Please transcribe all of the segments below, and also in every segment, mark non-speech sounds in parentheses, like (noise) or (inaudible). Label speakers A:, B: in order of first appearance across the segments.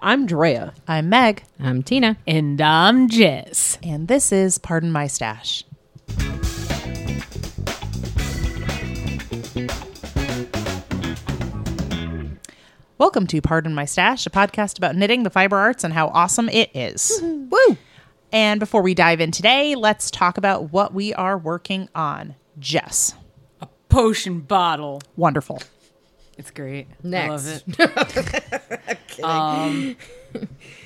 A: I'm Drea.
B: I'm Meg,
C: I'm Tina.
D: And I'm Jess.
B: and this is Pardon My Stash. Welcome to Pardon My Stash, a podcast about knitting, the fiber arts, and how awesome it is.
A: Woo!
B: And before we dive in today, let's talk about what we are working on. Jess,
D: Potion bottle.
B: wonderful.
D: It's great. I
C: Next.
D: love
B: (laughs)
D: it. Um,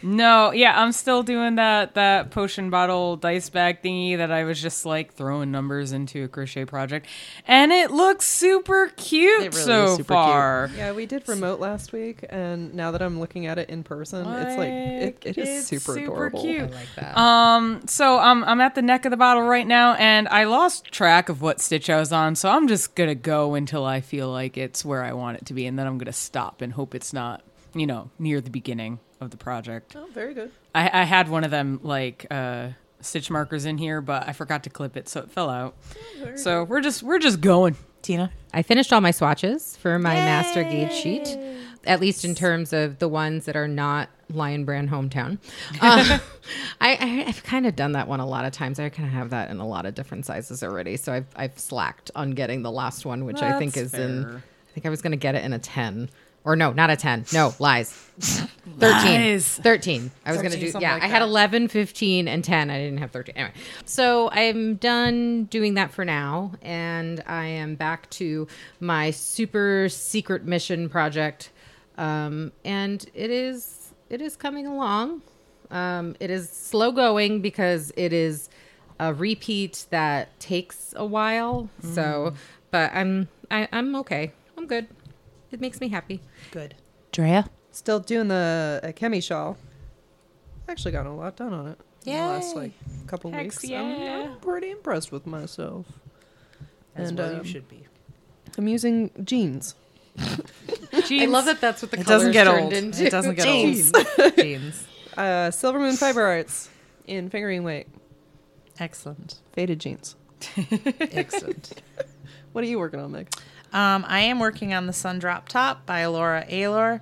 D: no, yeah, I'm still doing that that potion bottle dice bag thingy that I was just like throwing numbers into a crochet project, and it looks super cute
B: It really
D: so
B: is super cute.
D: far.
A: Yeah, we did remote last week, and now that I'm looking at it in person, it's like it, it is
D: it's
A: super, adorable.
D: Cute.
C: that.
D: Um, so I'm I'm at the neck of the bottle right now, and I lost track of what stitch I was on. So I'm just gonna go until I feel like it's where I want it to be, and then I'm gonna stop and hope it's not, you know, near the beginning of the project.
A: Oh, very good.
D: I, I had one of them like uh, stitch markers in here, but I forgot to clip it, so it fell out.
A: Oh,
D: So we're just we're just going.
B: Tina,
C: I finished all my swatches for my master gauge sheet, at least in terms of the ones that are not Lion Brand hometown. Uh, (laughs) I, I, I've kind of done that one a lot of times. I kind of have that in a lot of different sizes already. So I've, I've slacked on getting the last one, which I think is
D: That's
C: in,
D: fair.
C: I think I was going to get it in a 10. Or no, not a 10. No, lies. 13.
D: Lies.
C: 13. I was going to
A: 13,
C: do,
A: something
C: yeah,
A: like
C: I had
A: that.
C: 11, 15, and 10. I didn't have 13. Anyway, so I'm done doing that for now. And I am back to my super secret mission project. Um, and it is, it is coming along. Um, it is slow going because it is a repeat that takes a while.
A: Mm.
C: So, but I'm, I, I'm okay. I'm good. It makes me happy.
A: Good.
B: Drea,
A: Still doing the uh, chemi shawl. Actually, gotten a lot done on it. in the last like couple
D: Hex
A: weeks. I'm- I'm,
D: yeah.
A: pretty impressed with myself. and um,
E: be.
A: I'm using jeans.
C: I love that that's what the
E: It
C: colors
E: doesn't get
C: turned
E: old.
C: into.
E: It doesn't get
C: (laughs)
A: Jeans.
E: old. Jeans.
A: Uh, Silver
D: (laughs)
A: Moon Fiber Arts in fingering weight
B: (laughs)
E: Excellent.
A: faded jeans.
E: Excellent.
A: What are you working on, Meg?
E: Um, I am working on the Sun Drop Top by Laura Aylor.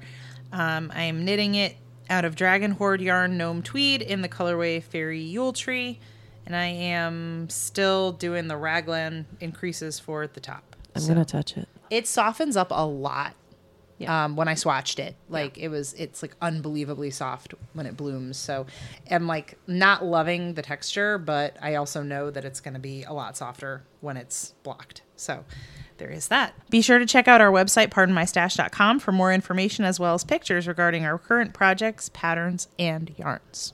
E: Um, I am knitting it out of Dragon Horde yarn gnome tweed in the colorway Fairy Yule Tree, and I am still doing the raglan increases for the top.
A: I'm gonna touch it.
E: It softens up a lot.
A: Yeah.
E: Um, when I swatched it, like it was, it's like unbelievably soft when it blooms. So I'm like not loving the texture, but I also know that it's going to be a lot softer when it's blocked. So there is that. Be sure to check out our website, pardonmystash.com, for more information as well as pictures regarding our current projects, patterns, and yarns.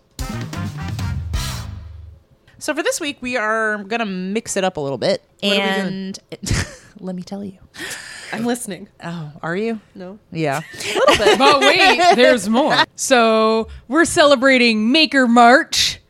E: So for this week, we are going to mix it up a little bit.
A: What are we doing?
E: and (laughs) let me tell you.
A: I'm listening.
E: Oh, are you?
A: No.
E: Yeah.
D: But wait, there's more. So we're celebrating Maker March,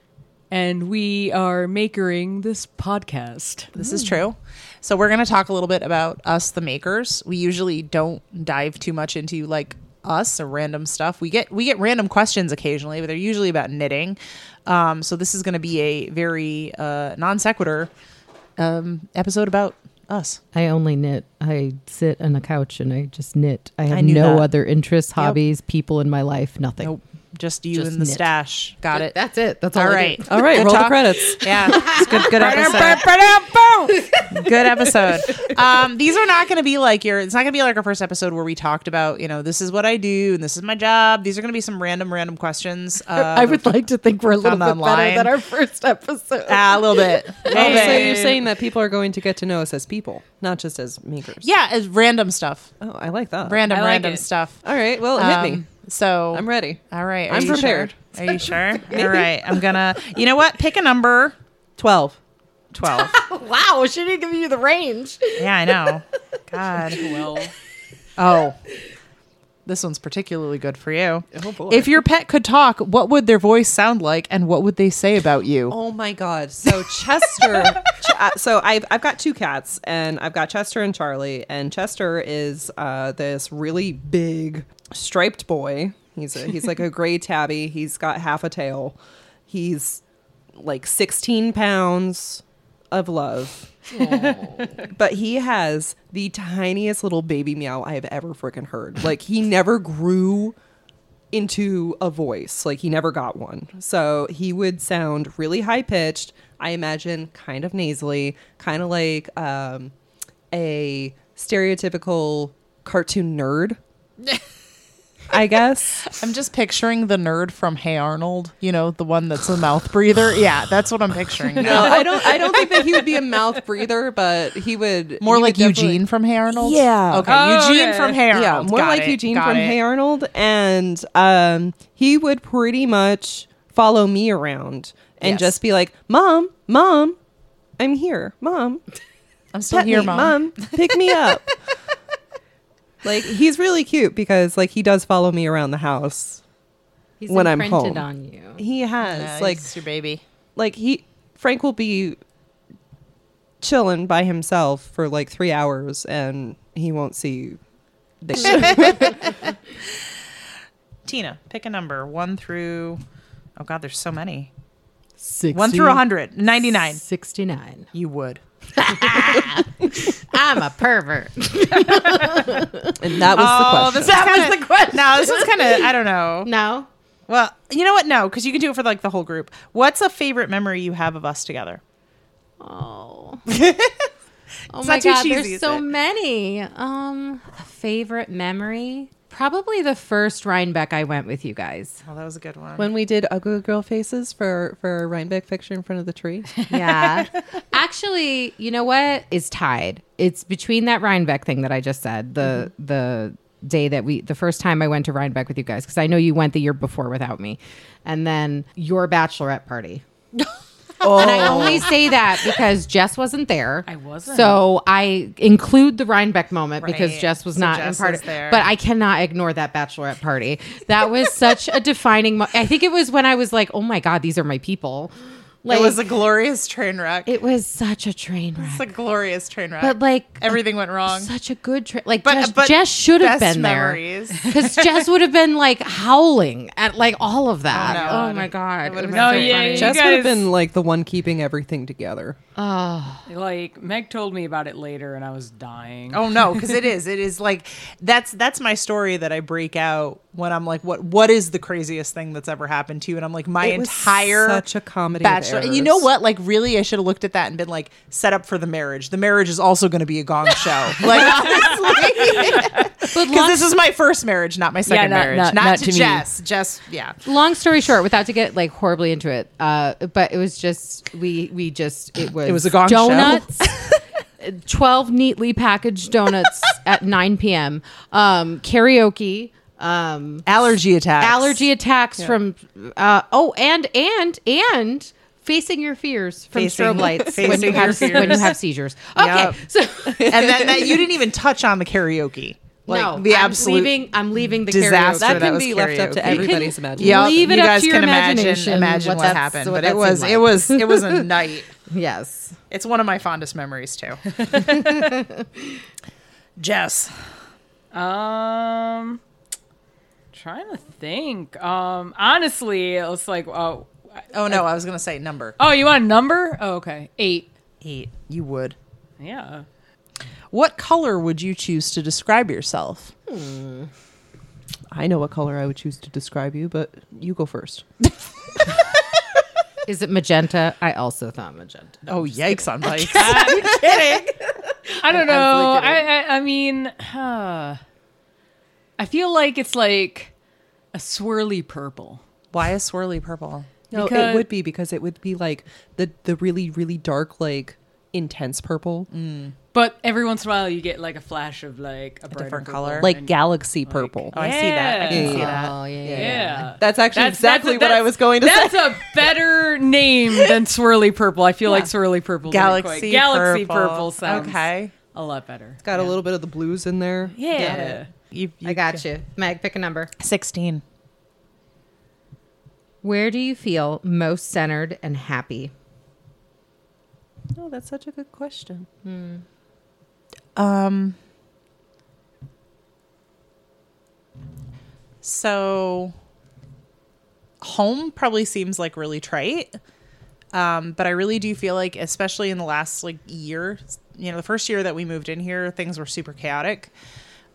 D: and we are makering this podcast.
E: This is true. So we're going to talk a little bit about us, the makers. We usually don't dive too much into like us or random stuff. We get we get random questions occasionally, but they're usually about knitting. Um, so this is going to be a very uh, non sequitur um, episode about us.
C: I only knit. I sit on a couch and I just knit. I have
E: I knew
C: no
E: that.
C: other interests, hobbies, people in my life, nothing.
E: Nope, just you
C: Just
E: and the
C: knit.
E: stash. Got it.
C: That's it. That's all,
E: All
C: I do.
E: right.
A: All right,
E: Good
A: roll the
E: talk.
A: credits.
C: (laughs)
E: Yeah.
A: It's good, good episode.
E: good episode. Um, these are not going to be like your. It's not going to be like our first episode where we talked about you know this is what I do and this is my job. These are going to be some random random
A: (laughs)
E: questions. Um,
C: I would like to think we're a little bit
E: Found online.
C: better than our first episode.
E: ah, a little bit. A little
A: Oh, so
E: bit.
A: you're saying that people are going to get to know us as people, not just as makers.
E: Yeah, it's random stuff.
A: Oh, I like that.
E: Random
D: I like
E: random
D: it.
E: stuff.
A: All right. Well, Uh, hit me.
E: Um, So
A: I'm ready.
E: All right. Are
A: I'm
E: you sure?
A: prepared.
E: Are you
A: (laughs)
E: sure? All right. I'm gonna. You know what? Pick a number.
A: Twelve.
E: Twelve.
C: Wow, she didn't give you the range.
E: Yeah, I know.
A: (laughs)
E: God.
D: Well,
E: Oh. This one's particularly good for you.
A: Oh boy.
E: If your pet could talk, what would their voice sound like and what would they say about you?
A: Oh my God! So Chester, Ch- uh, so I've I've got two cats, and I've got Chester and Charlie, and Chester is uh, this really big striped boy. He's a, he's like a gray tabby. He's got half a tail. He's like sixteen pounds of love, but he has the tiniest little baby meow I have ever freaking heard. Like he never grew into a voice. Like he never got one. So he would sound really high pitched, I imagine kind of nasally, kind of like um, a stereotypical cartoon nerd. I guess.
E: I'm just picturing the nerd from Hey Arnold, you know, the one that's a mouth breather. Yeah, that's what I'm picturing. now.
A: (laughs) No, I don't. I don't think that he would be a mouth breather, but he would
E: More
A: he would
E: like
A: definitely-
E: Eugene from Hey Arnold?
A: Yeah.
E: Okay,
D: Oh,
E: Eugene
D: okay.
E: from Hey Arnold.
A: Yeah, more
E: Got
A: like
E: it,
A: Eugene
E: got
A: from
E: it.
A: Hey Arnold, and um, he would pretty much follow me around and
E: Yes.
A: just be like, "Mom, mom, I'm here, mom,
E: I'm still
A: pet
E: here,
A: me,
E: Mom.
A: mom, pick
E: (laughs)
A: me up." like he's really cute because like he does follow me around the house.
C: He's
A: When I'm
C: imprinted
A: home.
C: on you.
A: He has
E: Yeah,
A: like
E: it's your baby.
A: like he Frank will be chilling by himself for like three hours and he won't see.
E: (laughs)
A: Dick.
E: Tina, pick a number one through. Oh God, there's so many. One through 100, 99.
C: 69.
E: You would.
C: I'm a pervert.
A: and
D: Oh,
A: that was the question.
C: That was the question.
E: No, this is kind of I don't know.
C: (laughs) no.
E: Well, you know what? No, because you can do it for like the whole group. What's a favorite memory you have of us together?
C: (laughs) Oh. oh
E: It's
C: my
E: not too
C: god,
E: cheesy,
C: there's
E: is
C: so
E: it?
C: many. Um a favorite memory? Probably the first Rhinebeck I went with you guys.
E: Oh, that was a good one.
A: when we did ugly girl faces for for Rhinebeck picture in front of the (laughs) tree.
E: (laughs)
C: Yeah. Actually, you know what is tied? It's between that Rhinebeck thing that I just said. The
E: Mm-hmm.
C: the day that we the first time I went to Rhinebeck with you guys because I know you went the year before without me, and then your bachelorette
E: (laughs)
C: party. And I
E: Oh.
C: only say that because Jess wasn't there. I
D: wasn't.
C: So I include the Rhinebeck moment because
E: Right.
C: Jess was
E: So
C: not
E: Jess
C: in part
E: was
C: of
E: there.
C: But I cannot ignore that bachelorette party. That was such
E: (laughs)
C: a defining mo- I think it was when I was like, oh my God, these are my people. Like,
E: it was a glorious train wreck.
C: it was such a train
E: It's
C: wreck.
E: a glorious train wreck.
C: But like
E: everything went wrong.
C: such a good train. Like
E: But-
C: Jess,
E: but
C: Jess should have
E: best
C: been there
E: memories.
C: because Jess would have been like howling at like all of that.
E: Oh,
C: Oh,
E: no.
C: my god!
E: would've
C: It was
E: been
D: Oh,
C: so
D: yeah,
C: funny.
D: yeah.
A: Jess
D: You
A: would have
D: guys-
A: been like the one keeping everything together.
D: Like Meg told me about it later, and I was dying.
E: Oh no, because it is. It is like that's that's my story that I break out when I'm like, what what is the craziest thing that's ever happened to you? And I'm like, my
A: It was
E: entire
A: such a comedy of
E: bachelor. And you know
A: errors.
E: what? Like, really, I should have looked at that and been like, set up for the marriage. The marriage is also going to be a gong show. Like,
C: But
E: because
C: long,
E: this is my first marriage, not my second
D: not-
E: marriage.
D: not-
E: Not,
D: not
E: to,
D: to me.
E: Jess. Jess, yeah.
C: long story short, without to get like horribly into it, uh, but it was just we we just it was
E: It was a gong show.
C: donuts. (laughs) 12 neatly packaged donuts at 9 p.m. Um, karaoke. Um,
E: Allergy attacks.
C: allergy attacks from uh, oh and and and facing your fears from
E: Facing-
C: strobe lights when
E: facing
C: you have
E: your
C: when you
E: fears.
C: have seizures. Okay,
E: Yep.
C: so
E: and
C: (laughs)
E: then that you didn't even touch on the karaoke. Like
C: no,
E: the
C: I'm
E: absolute
C: leaving. I'm leaving the
E: disaster
A: That
C: karaoke.
E: that,
A: can
E: was
A: be left up to
E: karaoke.
A: every-
C: You can
A: (laughs) Everybody's imagination.
E: Yep,
C: Leave it
E: you
C: up
E: guys
C: to your
E: can
C: imagination.
E: imagine, imagine what,
C: that's-
E: happened,
C: what
E: but it
C: that
E: was
C: seemed
E: it
C: like.
E: was it was (laughs) a night.
C: yes.
E: It's one of my fondest memories too. (laughs) Jess,
D: Oh. Um, trying to think. Um, honestly, it was like, oh,
E: oh no, I was gonna say number
D: oh, you want a number? Oh, okay, eight.
E: eight. You would.
D: Yeah.
E: What color would you choose to describe yourself?
A: I know what color I would choose to describe you, but you go first.
C: Is it magenta? I also thought magenta.
E: oh yikes! I'm like,
D: I don't know. I, I I mean, huh. I feel like it's like a swirly purple.
E: (laughs) why a swirly purple?
A: No, it
D: Because-
A: would be because it would be like the the really really dark like intense purple,
D: But every once in a while, you get like a flash of like a, brighter
E: different
D: purple
E: color?
A: like
D: and-
A: galaxy purple.
E: Oh, I see that. I can
A: Yeah.
E: see that.
C: Oh yeah, yeah. yeah.
D: yeah.
A: That's actually exactly
D: a-
A: what I was going to
D: that's a better name than swirly purple. I feel like swirly purple. didn't quite-
E: Galaxy,
D: Galaxy
E: purple.
D: purple, sounds
E: Okay.
D: a lot better.
A: Got a little bit of the blues in there.
D: Yeah.
E: You, you
C: I got you, Meg. Pick a number.
E: sixteen.
C: Where do you feel most centered and happy?
A: Oh, that's such a good question.
E: Um. So, home probably seems like really trite, um, but I really do feel like, especially in the last like year, you know, the first year that we moved in here, things were super chaotic.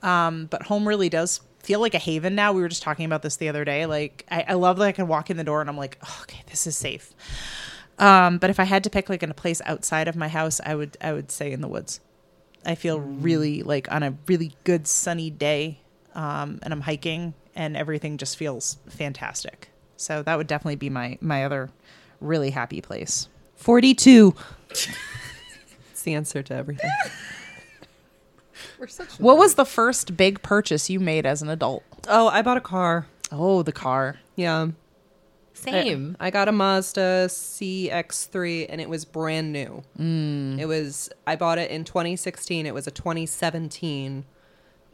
E: Um, but home really does
F: feel like a haven now. We were just talking about this the other day. Like I, I love that I can walk in the door and I'm like, "Oh, okay, this is safe. Um, but if I had to pick like in a place outside of my house, I would I would say in the woods. I feel really like on a really good sunny day, um, and I'm hiking, and everything just feels fantastic. So that would definitely be my my other really happy place.
A: (laughs)
E: Forty-two.
A: It's the answer to everything.
C: We're such
F: What was
E: What's the first big purchase you made as an adult?
A: (laughs) oh, I bought a car.
E: Oh, the car.
A: Yeah. Eh.
C: same.
A: I got a Mazda CX3 and it was brand new. It was I bought it in 2016. It was a 2017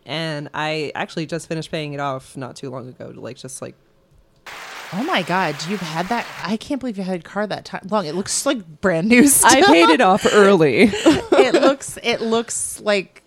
A: and I actually just finished paying it off not too long ago. Like just like (laughs)
E: Oh my god, you've had that. I can't believe you had a car that time long. It looks like brand new. Still.
A: I paid it off early.
E: it looks it looks like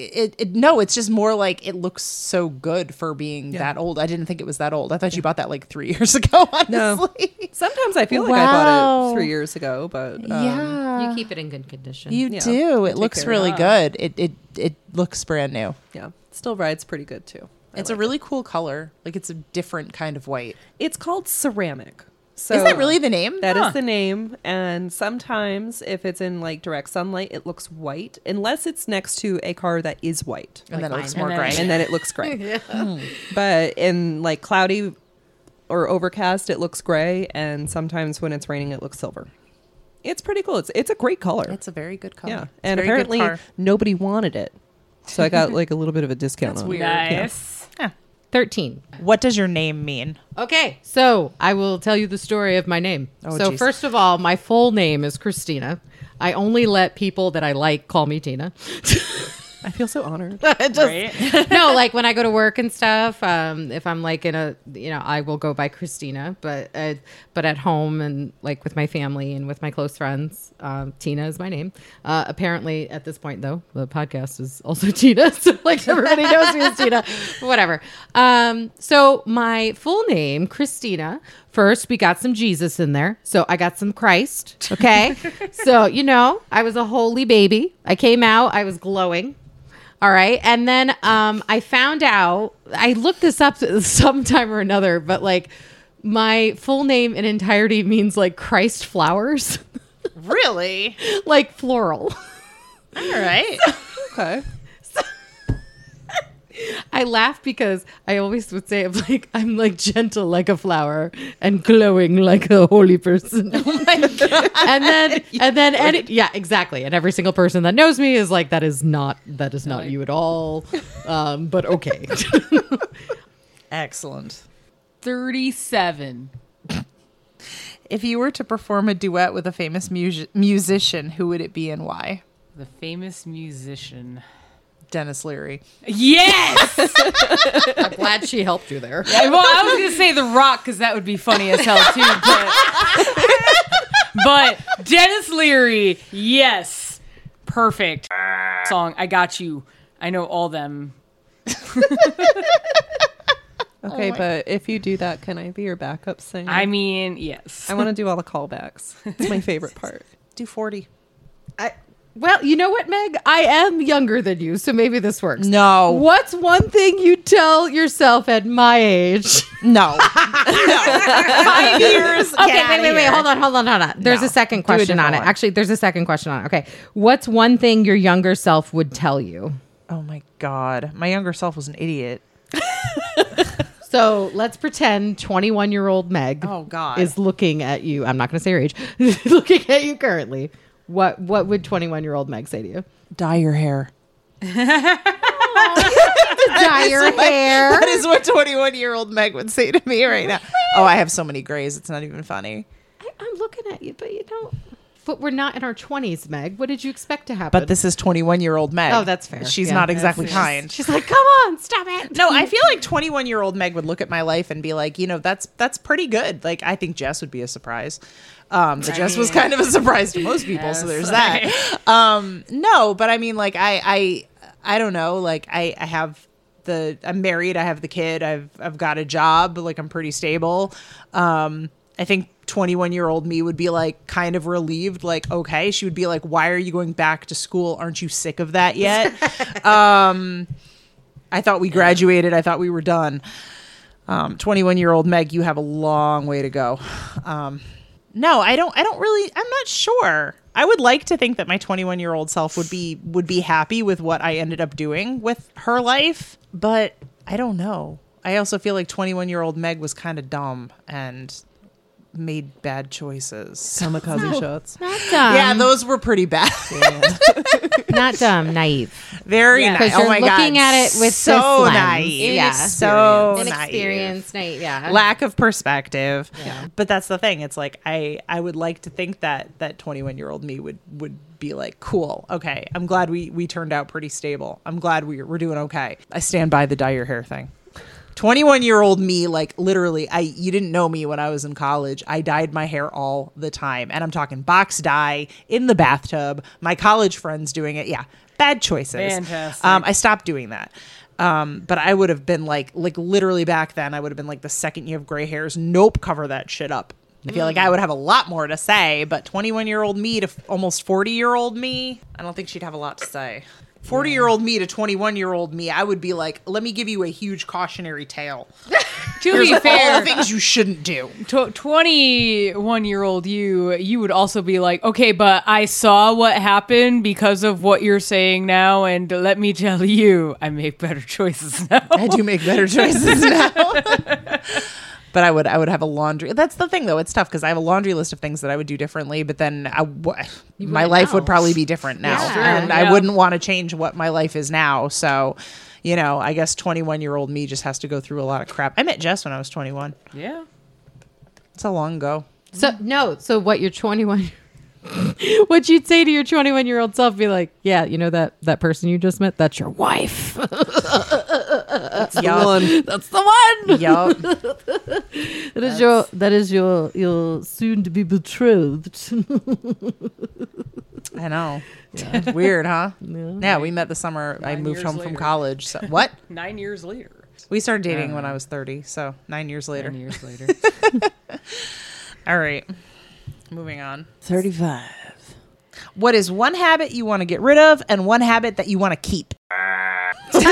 E: it, it no it's just more like it looks so good for being that old i didn't think it was that old i thought you bought that like three (laughs) years ago honestly
A: No. (laughs) Sometimes I feel like I bought
E: Wow.
A: it 3 years ago, but um,
E: yeah
C: Uh, you keep it in good condition.
E: you
A: Yeah.
E: do
A: Take
E: it looks
A: care.
E: really good it, it it looks brand new
A: yeah. Still rides pretty good too. I
E: it's
A: like
E: a really cool color like it's a different kind of white
A: it. It's called ceramic. So
E: is that really the name
A: That is
E: Huh.
A: the name. And sometimes, if it's in like direct sunlight, it looks white, unless it's next to a car that is white.
E: and then it looks
C: mine.
E: more
D: And then-
E: gray
A: And then it looks gray. Hmm. But in like cloudy or overcast, it looks gray. And sometimes when it's raining, it looks silver. It's pretty cool. It's, it's a great color.
E: (laughs) it's a very good color
A: yeah.
F: very
A: And
F: good
A: apparently,
F: car.
A: nobody wanted it. So I got like a little bit of a discount on it.
D: Nice.
C: Thirteen.
F: What does your name mean?
C: Okay, so I will tell you the story of my name. so
E: geez.
C: first of all, my full name is Christina. I only let people that I like call me Tina. (laughs)
A: I feel so honored.
C: It just- (laughs)
D: Right? (laughs)
C: no, like when I go to work and stuff, um, if I'm like in a, you know, I will go by Christina, but uh, but at home and like with my family and with my close friends, um, Tina is my name. Uh, apparently, at this point though, the podcast is also (laughs) Tina, so like everybody knows me as Tina. Whatever. Um, so my full name, Christina. First, we got some Jesus in there, so I got some Christ. Okay, so you know, I was a holy baby. I came out, I was glowing. All right. And then um, I found out, I looked this up (laughs) sometime or another, but like my full name in entirety means like Christ flowers, (laughs)
F: Really?
C: like floral.
F: All right.
A: okay.
C: (laughs) I laugh because I always would say, I'm like, I'm like gentle like a flower and glowing like a holy person. (laughs) Oh and then, and then, and it, (laughs) yeah, exactly. And every single person that knows me is like, that is not, that is not you at all. Um, but okay.
E: excellent
D: 37.
E: if you were to perform a duet with a famous mus- musician who would it be and why
D: The famous musician.
E: dennis leary
D: (laughs) Yes!
C: (laughs) I'm glad she helped you there.
D: Yeah, well, I was going to say The Rock because that would be funny as hell, too. But, but (laughs) Dennis Leary, yes. Perfect. Song. I got you. I know all them.
A: Okay, but if you do that, can I be your backup singer?
D: I mean, yes.
A: I want to do all the callbacks. It's my favorite part.
E: do 40
C: I, well, you know what, Meg? I am younger than you, so maybe this works.
E: No.
C: What's one thing you tell yourself at my age?
E: No. Five years.
C: (laughs) Okay, wait, wait, wait. Hold on, hold on, hold on. There's
E: No.
C: a second
E: Do a
C: question on
E: different
C: it.
E: one.
C: Actually, there's a second question on it. Okay. What's one thing your younger self would tell you?
E: Oh my god. My younger self was an idiot.
C: So let's pretend 21 year old Meg
E: Oh, God.
C: is looking at you. I'm not going to say your age, (laughs) looking at you currently. What, what would 21 year old Meg say to you?
E: Dye your hair.
C: Dye (laughs) your hair.
E: That is what 21 year old Meg would say to me right now. Oh, I have so many grays. It's not even funny.
C: I, I'm looking at you, but you don't. But we're not in our 20s, Meg. What did you expect to happen?
E: But this is 21 year old Meg.
C: Oh, that's fair.
E: She's
C: Yeah.
E: not exactly kind.
C: She's like, come on, stop it.
E: (laughs) No, I feel like 21 year old Meg would look at my life and be like, you know, that's that's pretty good. Like, I think Jess would be a surprise. Um, but Jess was kind of a surprise to most people, so there's that. Um, no, but I mean, like, I I I don't know. Like, I I have the I'm married. I have the kid. I've I've got a job. Like, I'm pretty stable. Um, I think 21 year old me would be like kind of relieved. Like, okay, she would be like, why are you going back to school? Aren't you sick of that yet? I thought we graduated. I thought we were done. Um, 21 year old Meg, you have a long way to go. Um, no, I don't. I don't really. I'm not sure. I would like to think that my 21 year old self would be would be happy with what I ended up doing with her life, but I don't know. I also feel like 21 year old Meg was kind of dumb and made bad choices.
A: Kamikaze shots.
C: Not dumb.
E: yeah, those were pretty bad.
C: (laughs) not dumb. Naive.
E: Very
C: Yeah.
E: nice.
C: 'Cause
E: Oh
C: you're
E: my god,
C: looking at it with
E: so
C: this lens.
E: naive.
C: Yeah. Oh,
E: so naive.
C: Inexperienced. Naive. Yeah.
E: lack of perspective. But that's the thing. It's like I I would like to think that that 21 year old me would would be like, cool, okay. I'm glad we we turned out pretty stable. I'm glad we we're doing okay. I stand by the dye your hair thing. 21 year old me like literally i you didn't know me when i was in college i dyed my hair all the time and i'm talking box dye in the bathtub my college friends doing it yeah bad choices
D: Fantastic.
E: um, i stopped doing that um, but i would have been like like literally back then i would have been like the second you have gray hairs nope cover that shit up i feel like i would have a lot more to say but 21 year old me to f- almost 40 year old me i don't think she'd have a lot to say 40 year old me to 21 year old me, I would be like, let me give you a huge cautionary tale.
D: To be
E: All
D: fair,
E: the things you shouldn't do.
D: tw- 21 year old you, you would also be like, okay, but I saw what happened because of what you're saying now, and let me tell you, I make better (laughs) choices now.
E: (laughs) I do make better choices now. (laughs) but I would I would have a laundry. That's the thing though. It's tough because I have a laundry list of things that I would do differently. But then I w- my
C: wouldn't
E: life
C: know.
E: would probably be different now,
C: Yeah. Sure,
E: and
D: yeah.
E: I wouldn't want to change what my life is now. So. You know, I guess 21 year old me just has to go through a lot of crap. I met Jess when I was 21.
D: Yeah.
E: It's a long ago.
C: So no. So what your (laughs) 21 what you'd say to your 21 year old self be like, yeah, you know that that person you just met, that's your wife. (laughs)
E: Yup.
C: that's the one.
E: Yup.
C: That is your that is your your soon to be betrothed.
E: I know. Weird, huh? Yeah. we met the summer I
D: Nine
E: moved
D: years
E: home from
D: later.
E: college. So what?
D: Nine years later.
E: We started dating when I was 30, so 9 years later.
D: Uh. Nine
E: (laughs)
D: years later.
E: All right. Moving on. 35. What is one habit you want to get rid of and one habit that you want to keep? I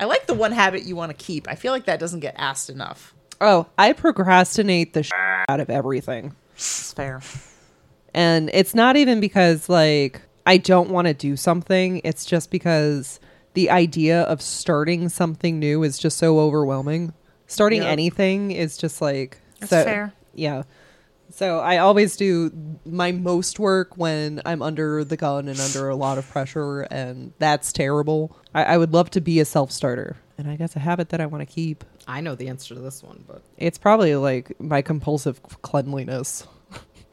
E: like the one habit you want to keep. I feel like that doesn't get asked enough.
A: Oh, I procrastinate the sh- out of everything.
E: It's fair.
A: And it's not even because like I don't want to do something. It's just because the idea of starting something new is just so overwhelming. Starting
E: Yep.
A: anything is just like
E: That's
A: so
E: fair.
A: Yeah. So I always do my most work when I'm under the gun and under a lot of pressure, and that's terrible. I, I would love to be a self starter, and I guess a habit that I want to keep.
C: I know the answer to this one, but
A: It's probably like my compulsive cleanliness.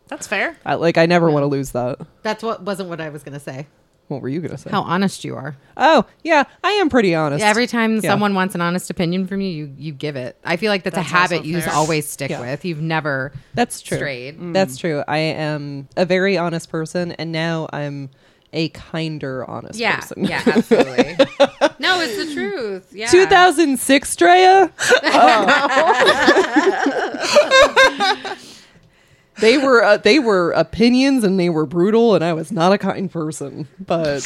E: That's fair.
A: I, like I never want to lose that.
C: that's what wasn't what I was gonna say.
A: What were you gonna say?
C: How honest you are.
A: Oh yeah, I am pretty honest.
C: Every time
A: Yeah.
C: someone wants an honest opinion from you, you you give it. I feel like that's,
E: That's
C: a habit
E: also
C: you
E: fair.
C: always stick
A: Yeah.
C: with. You've never
A: that's true. Mm.
C: strayed.
A: That's true. I am a very honest person, and now I'm a kinder honest
C: Yeah,
A: person. (laughs)
C: yeah, (laughs) absolutely. no, it's the truth. Yeah.
A: 2006, Drea. Oh. (laughs) they were uh, they were opinions and they were brutal, and I was not a kind person. But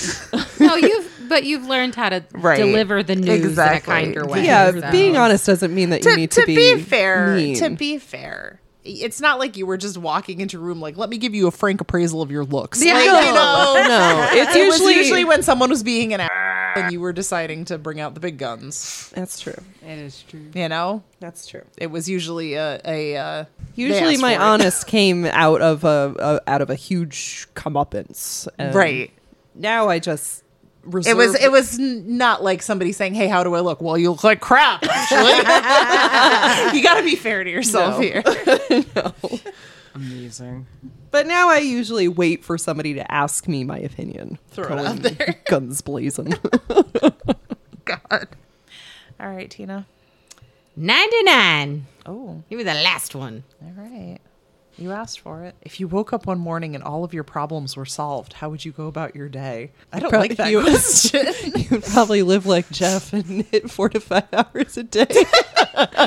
C: No, you've but you've learned how to
E: Right.
C: deliver the news
E: Exactly.
C: in a kinder way.
A: yeah,
C: So-
A: being honest doesn't mean that you need to,
E: fair
A: mean.
E: to be fair it's not like you were just walking into a room like let me give you a frank appraisal of your looks
C: Yeah.
E: Like,
C: No,
E: you know
A: (laughs) no, Oh, it's
E: it was
A: usually,
E: usually when someone was being an ass and you were deciding to bring out the big guns
A: that's true.
D: It is true.
E: you know
A: That's true.
E: it was usually a, a uh, they
A: Usually,
E: asked
A: my
E: for it.
A: honest came out of a, a out of a huge comeuppance. and
E: (laughs) right
A: now, I just reserve
E: it was it was n- not like somebody saying hey how do i look well you look like (laughs) crap actually you got to be fair to yourself
A: No.
E: here
D: Amazing.
A: (laughs) But now I usually wait for somebody to ask me my opinion. Throw it out there. (laughs) Guns
E: (laughs)
A: blazing.
E: god all right tina
C: 99.
E: oh
C: Give me the last one.
E: All right. (laughs) You asked for it. If you woke up one morning and all of your problems were solved, how would you go about your day? I don't
A: Probably
E: like that (laughs)
A: you-
E: question.
A: You'd probably live like Jeff
E: (laughs)
A: and knit four to five hours a day.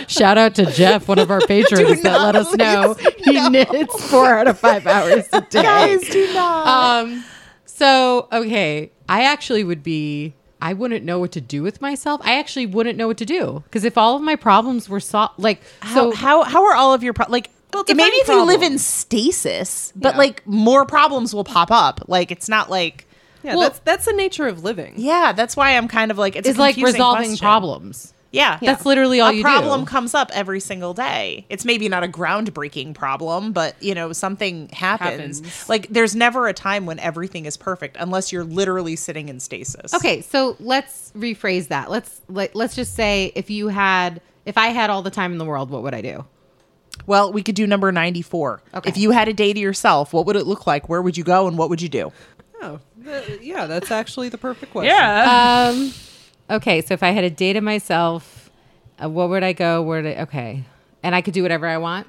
C: Shout out to Jeff, one
E: (laughs)
C: of our patrons that let us know he knits four out of five hours a day.
E: do not.
C: Um, so okay, I actually would be I wouldn't know what to do with myself. I actually wouldn't know what to do because if all of my problems were solved, like
G: So
C: so,
G: how how are all of your pro- like
E: It- maybe if you live in
G: s-
E: stasis, but
G: Yeah.
E: like more problems will pop up. Like it's not like
A: Yeah, that's that's the nature of living.
E: yeah. That's why I'm kind of like it's a
C: it's like
E: confusing
C: resolving
E: question.
C: problems.
E: Yeah,
C: That's literally all
E: a
C: you
E: problem
C: do.
E: comes up every single day. It's maybe not a groundbreaking problem, but you know something happens.
D: Happens.
E: Like there's never a time when everything is perfect unless you're literally sitting in stasis.
C: Okay, so let's rephrase that. Let's like let's just say if you had if I had all the time in the world, what would I do?
E: Well, we could do number 94.
C: Okay.
E: If you had a day to yourself, what would it look like? Where would you go and what would you do?
A: Oh, th- yeah, that's actually the perfect question.
D: Yeah.
C: Um, okay, so if I had a day to myself, uh, what would I go? Where to? Okay, and I could do whatever I want.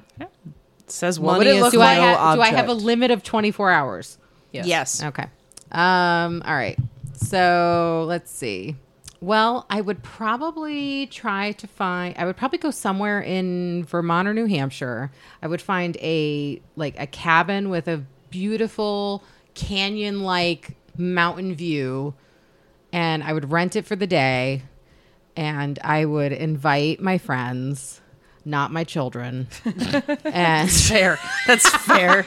E: Says what
A: Money
E: would it
A: is
E: look
C: Do
E: like?
C: I
A: Final
C: have? Do I have a
A: object.
C: limit of twenty four hours?
E: Yes.
C: Okay. Um, all right. So let's see. Well, I would probably try to find I would probably go somewhere in Vermont or New Hampshire. I would find a like a cabin with a beautiful canyon like mountain view and I would rent it for the day and I would invite my friends, not my children. and
E: Fair.
C: (laughs)
E: That's fair.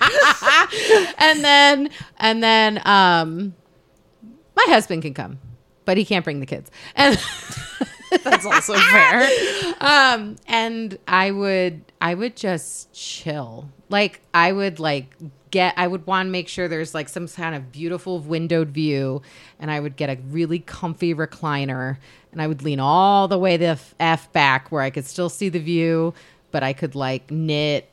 C: and then and then um my husband can come but he can't bring the kids and
E: (laughs) That's also fair.
C: (laughs) um and i would i would just chill like i would like get i would want to make sure there's like some kind of beautiful windowed view and i would get a really comfy recliner and i would lean all the way the f, f back where i could still see the view but i could like knit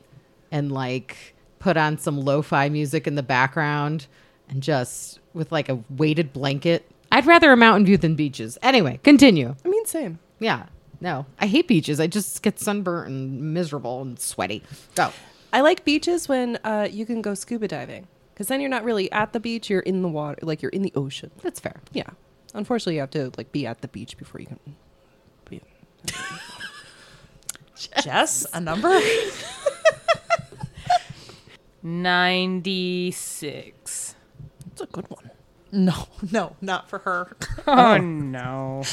C: and like put on some lo-fi music in the background and just with like a weighted blanket i'd rather a mountain view than beaches anyway continue
A: I mean, same.
C: yeah. No, I hate beaches. I just get sunburned and miserable and sweaty. Go.
A: I like beaches when uh, you can go scuba diving because then you're not really at the beach; you're in the water, like you're in the ocean.
C: That's fair.
A: Yeah. Unfortunately, you have to like be at the beach before you can. Be...
E: Jess, a number?
D: 96.
A: It's a good one.
E: No, no, not for her.
D: Oh, no.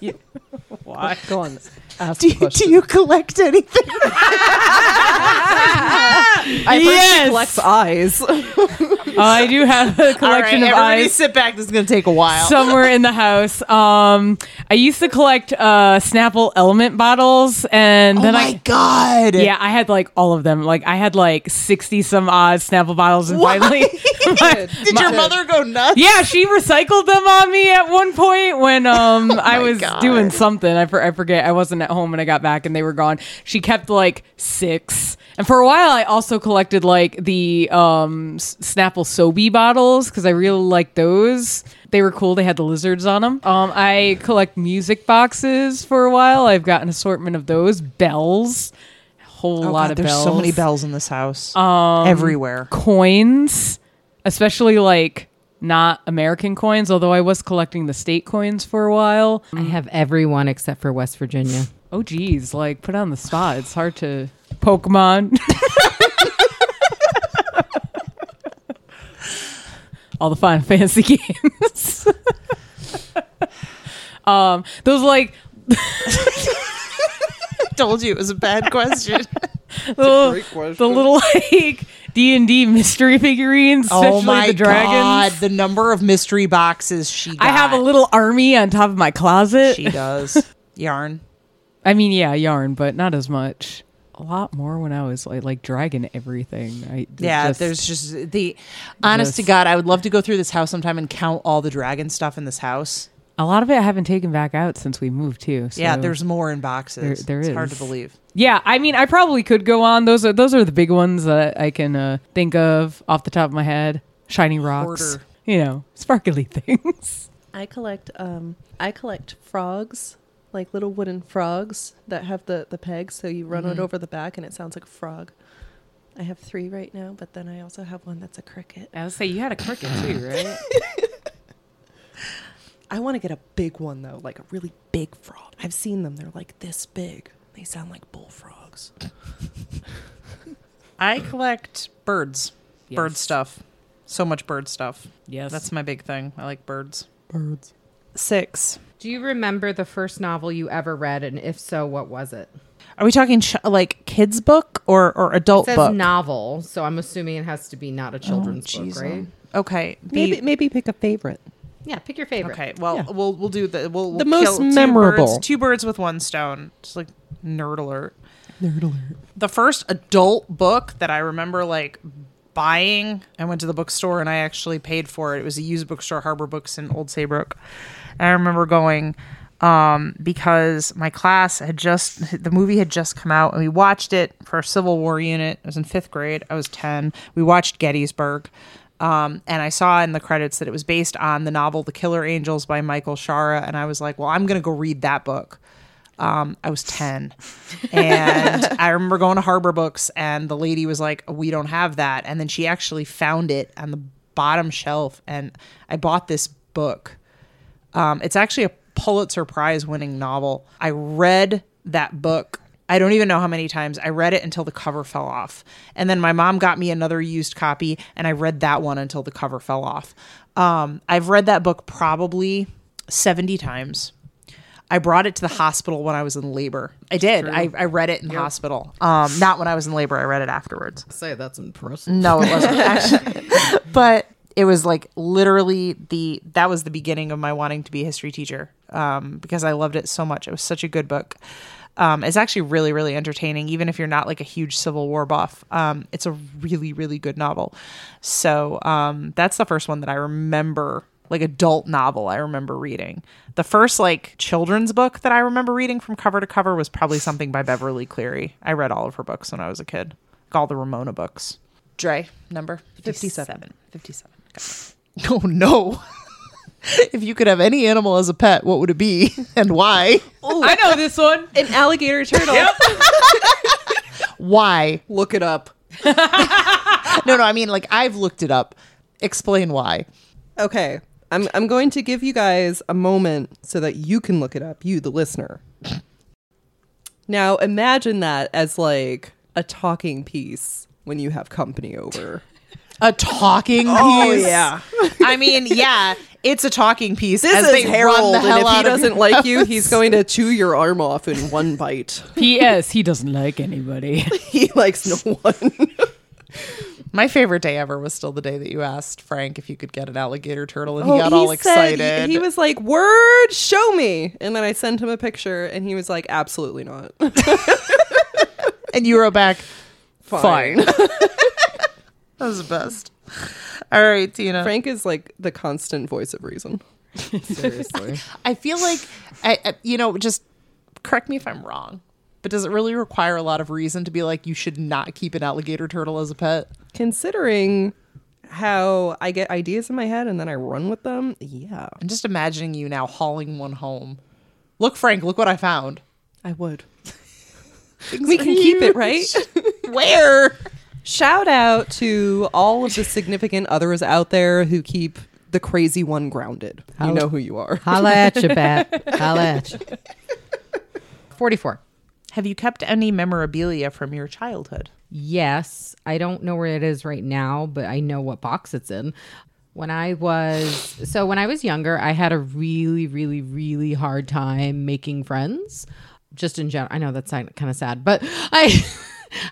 D: You- Why?
A: Go (laughs) on.
E: (laughs)
A: Ask
E: Do
A: the
E: you,
A: question.
E: do you collect anything?
A: I yes! collects eyes.
D: Oh, I do have a collection of
E: everybody
D: eyes.
E: sit back. This is going to take a while.
D: somewhere in the house. Um, I used to collect uh, Snapple Element bottles, and
E: oh
D: then
E: my
D: I
E: God.
D: yeah, I had like all of them. Like I had like sixty some odd Snapple bottles, and
C: (laughs)
E: Why?
D: finally, (laughs) my-
E: Did your mother go nuts?
D: (laughs) yeah, she recycled them on me at one point when
E: (laughs)
D: um I was
E: Oh God.
D: doing something. I, for, I forget. I wasn't at home when I got back and they were gone. She kept like six. And for a while, I also collected like the um S- Snapple Sobe bottles because I really liked those. They were cool. They had the lizards on them. Um, I collect music boxes for a while. I've got an assortment of those bells, a whole lot of
E: Oh, there's
D: bells Um,
E: so many bells in this house. Everywhere.
D: coins, especially like not American coins, although I was collecting the state coins for a while.
C: I have everyone except for West Virginia.
D: Oh geez, like put on the spot. It's hard to Pokemon. (laughs) All the Final Fantasy (laughs) games. um, those like
E: told you it was a bad
D: (laughs)
E: question.
D: little, the little (laughs) like D and D mystery figurines, especially the dragons.
E: Oh The number of mystery boxes she got.
D: I have a little army on top of my closet.
E: She does.
D: (laughs)
E: Yarn.
D: I mean, yeah, yarn, but not as much. A lot more when I was like, like dragging everything. I
E: Yeah,
D: just-
E: there's just the honest to
D: Just-
E: God, I would love to go through this house sometime and count all the dragon stuff in this house.
D: a lot of it I haven't taken back out since we moved too.
E: yeah,
D: so-
E: there's more in boxes.
D: there
E: it's hard to
D: is.
E: believe.
D: yeah. I mean, I probably could go on. Those are those are the big ones that I can uh, think of off the top of my head. Shiny rocks,
E: Hoarder.
D: you know, sparkly (laughs) things.
A: (laughs) I collect um I collect frogs, like little wooden frogs that have the the pegs so you run it over the back and it sounds like a frog. I have 3 right now, but then I also have one that's a cricket.
D: I would say you had a cricket
E: (laughs)
D: too, right?
A: I want to get a big one though, like a really big frog. I've seen them. They're like this big. They sound like bullfrogs.
E: I collect birds. Bird
D: Yes.
E: stuff. So much bird stuff.
D: yes,
E: That's my big thing. I like birds.
D: birds.
E: Six.
C: Do you remember the first novel you ever read? And if so, what was it?
E: Are we talking ch- like kids book or or adult
C: It says
E: book?
C: novel, so I'm assuming it has to be not a children's book, right?
E: okay. the-
A: Maybe maybe pick a favorite.
E: (laughs)
C: Yeah, pick your favorite. (laughs)
E: Okay. Well,
A: Yeah.
E: we'll we'll do the we'll, we'll
A: The most
E: kill two
A: memorable.
E: birds, two birds with one stone. Just like nerd alert. the first adult book that I remember like buying. I went to the bookstore and I actually paid for it. It was a used bookstore, Harbor Books in Old Saybrook. And I remember going um, because my class had just the movie had just come out and we watched it for our Civil War unit. I was in fifth grade. I was ten. We watched Gettysburg. Um, and I saw in the credits that it was based on the novel The Killer Angels by Michael Shara. And I was like, well, I'm going to go read that book. Um, I was 10. And I remember going to Harbor Books, and the lady was like, We don't have that. And then she actually found it on the bottom shelf. And I bought this book. Um, it's actually a Pulitzer Prize winning novel. I read that book. I don't even know how many times. I read it until the cover fell off. And then my mom got me another used copy, and I read that one until the cover fell off. Um, I've read that book probably 70 times. I brought it to the hospital when I was in labor. I did. I, I read it in the hospital. Um, not when I was in labor. I read it afterwards.
C: Say that's impressive.
E: No, it wasn't actually. but it was like literally the that was the beginning of my wanting to be a history teacher um, because I loved it so much. It was such a good book. Um, it's actually really, really entertaining, even if you're not like a huge Civil War buff. Um, it's a really, really good novel. So um, that's the first one that I remember, like adult novel I remember reading. The first like children's book that I remember reading from cover to cover was probably something by Beverly Cleary. I read all of her books when I was a kid, like all the Ramona books. Dre, number 57.
H: 57.
E: Oh, (laughs) no. if you could have any animal as a pet, what would it be (laughs) and why?
D: I know this one.
A: An
E: (laughs)
A: alligator turtle.
E: Why?
A: Look it up.
E: No, no, I mean, like, I've looked it up. Explain why.
A: Okay. I'm I'm going to give you guys a moment so that you can look it up, you the listener. Now imagine that as like a talking piece when you have company over.
E: A talking piece.
A: Oh,
E: I (laughs) mean, yeah, it's a talking piece.
A: This
E: (laughs) as
A: is
E: they run
A: Harold,
E: the hell
A: and if
E: out
A: he
E: of your
A: doesn't like you,
E: house.
A: he's going to chew your arm off in one bite. (laughs)
D: P.S. He doesn't like anybody.
A: He
E: (laughs)
A: likes no one.
E: My favorite day ever was still the day that you asked Frank if you could get an alligator turtle, and
A: Oh,
E: he got all
A: said-
E: excited.
A: He, he was like, "Word, show me!" And then I sent him a picture, and he was like, "Absolutely not." (laughs)
E: and you wrote back, fine.
A: Fine.
E: that was the best. All right, Tina.
A: (laughs) Frank is like the constant voice of reason.
C: Seriously.
E: I feel like, I, I- you know, just correct me if I'm wrong, but does it really require a lot of reason to be like, you should not keep an alligator turtle as a pet?
A: Considering how I get ideas in my head and then I run with them, yeah,
E: I'm just imagining you now hauling one home. Look, Frank, look what I found.
A: (laughs)
E: (laughs)
A: I would. we can keep it, right? (laughs)
E: Where?
A: Shout out to all of the significant others out there who keep the crazy one grounded. You know who you
C: (laughs)
A: are.
C: Holla at you, Bat. Holla (laughs) at you. 44.
E: Have you kept any memorabilia from your childhood?
C: Yes, I don't know where it is right now, but I know what box it's in. When I was so when I was younger, I had a really really really hard time making friends. Just in general, I know that's kind of sad, but (laughs) I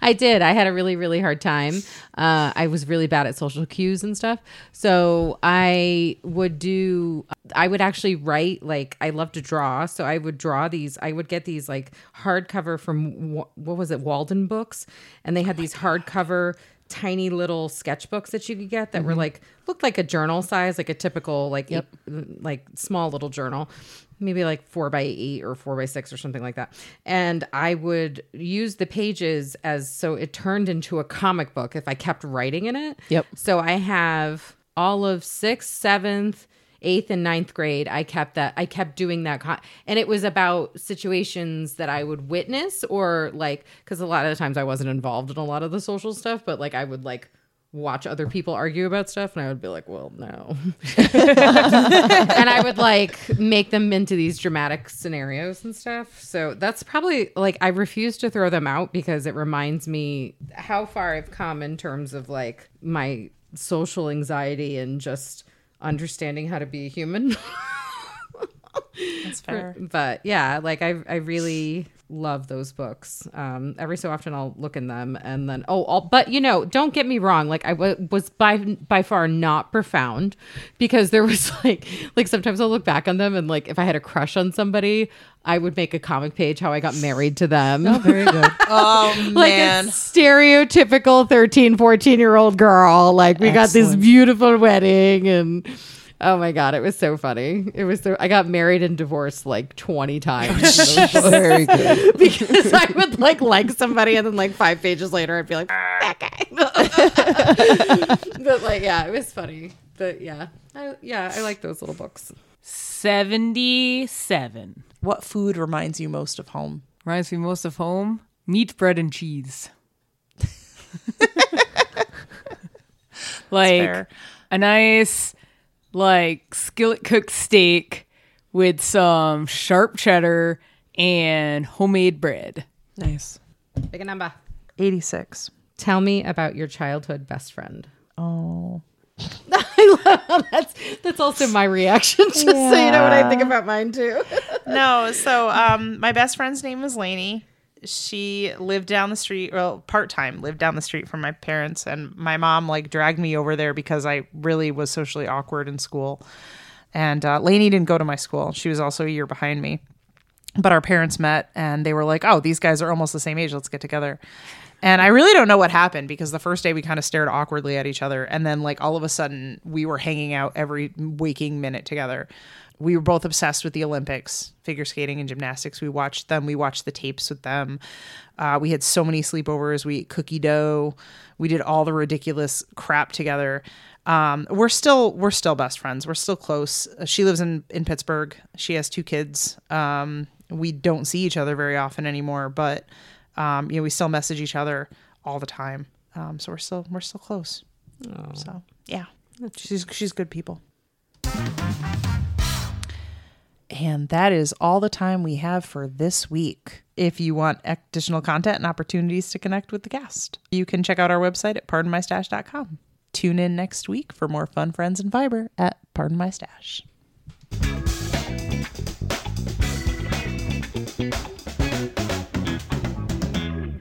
C: I did. I had a really really hard time. Uh, I was really bad at social cues and stuff. So I would do. I would actually write like I love to draw, so I would draw these. I would get these like hardcover from Wa- what was it Walden Books, and they had these hardcover tiny little sketchbooks that you could get that were like looked like a journal size, like a typical like eight- like small little journal, maybe like four by eight or four by six or something like that. And I would use the pages as so it turned into a comic book if I kept writing in it.
E: Yep.
C: So I have all of sixth, seventh, eighth, and ninth grade. I kept that. I kept doing that, con- and it was about situations that I would witness or like because a lot of the times I wasn't involved in a lot of the social stuff, but like I would like watch other people argue about stuff and I would be like, well, no. (laughs) and I would like make them into these dramatic scenarios and stuff. So that's probably like I refuse to throw them out because it reminds me how far I've come in terms of like my social anxiety and just understanding how to be a human. (laughs)
E: That's fair.
C: but yeah, like I I really love those books. Um, every so often I'll look in them and then oh, all, but you know, don't get me wrong. Like I w- was by by far not profound because there was (laughs) like like sometimes I'll look back on them and like if I had a crush on somebody, I would make a comic page how I got married to them.
A: Very good.
H: Oh
C: like
H: man.
C: a stereotypical 13 14 year old girl like we got this beautiful wedding and oh my god it was so funny it was so i got married and divorced like 20 times
A: Very
C: (laughs)
A: good.
C: because i would like like somebody and then like five pages later i'd be like "F that guy (laughs) but like yeah it was funny but yeah I, yeah i like those little books
D: 77.
E: What food reminds you most of home?
D: Reminds me most of home. Meat, bread, and cheese. like
E: fair.
D: a nice, like skillet cooked steak with some sharp cheddar and homemade bread.
E: Nice.
C: big number
E: 86.
C: tell me about your childhood best friend (laughs)
E: Oh.
C: that's that's also my reaction (laughs) just so you know what i think about mine too
E: no, so um, my best friend's name was Lainey. She lived down the street, well, part time, lived down the street from my parents, and my mom like dragged me over there because I really was socially awkward in school. And uh, Lainey didn't go to my school; she was also a year behind me. But our parents met, and they were like, "Oh, these guys are almost the same age. Let's get together." And I really don't know what happened because the first day we kind of stared awkwardly at each other, and then like all of a sudden we were hanging out every waking minute together we were both obsessed with the Olympics, figure skating and gymnastics. We watched them. We watched the tapes with them. Uh, we had so many sleepovers. We ate cookie dough. We did all the ridiculous crap together. Um, we're still we're still best friends. We're still close. Uh, She lives in in Pittsburgh. She has two kids. Um, we don't see each other very often anymore, but um, you know we still message each other all the time. Um, so we're still we're still close. So yeah, she's she's good people. And that is all the time we have for this week. If you want additional content and opportunities to connect with the cast, you can check out our website at pardonmystash.com. Tune in next week for more fun friends and fiber at Pardon My Stash.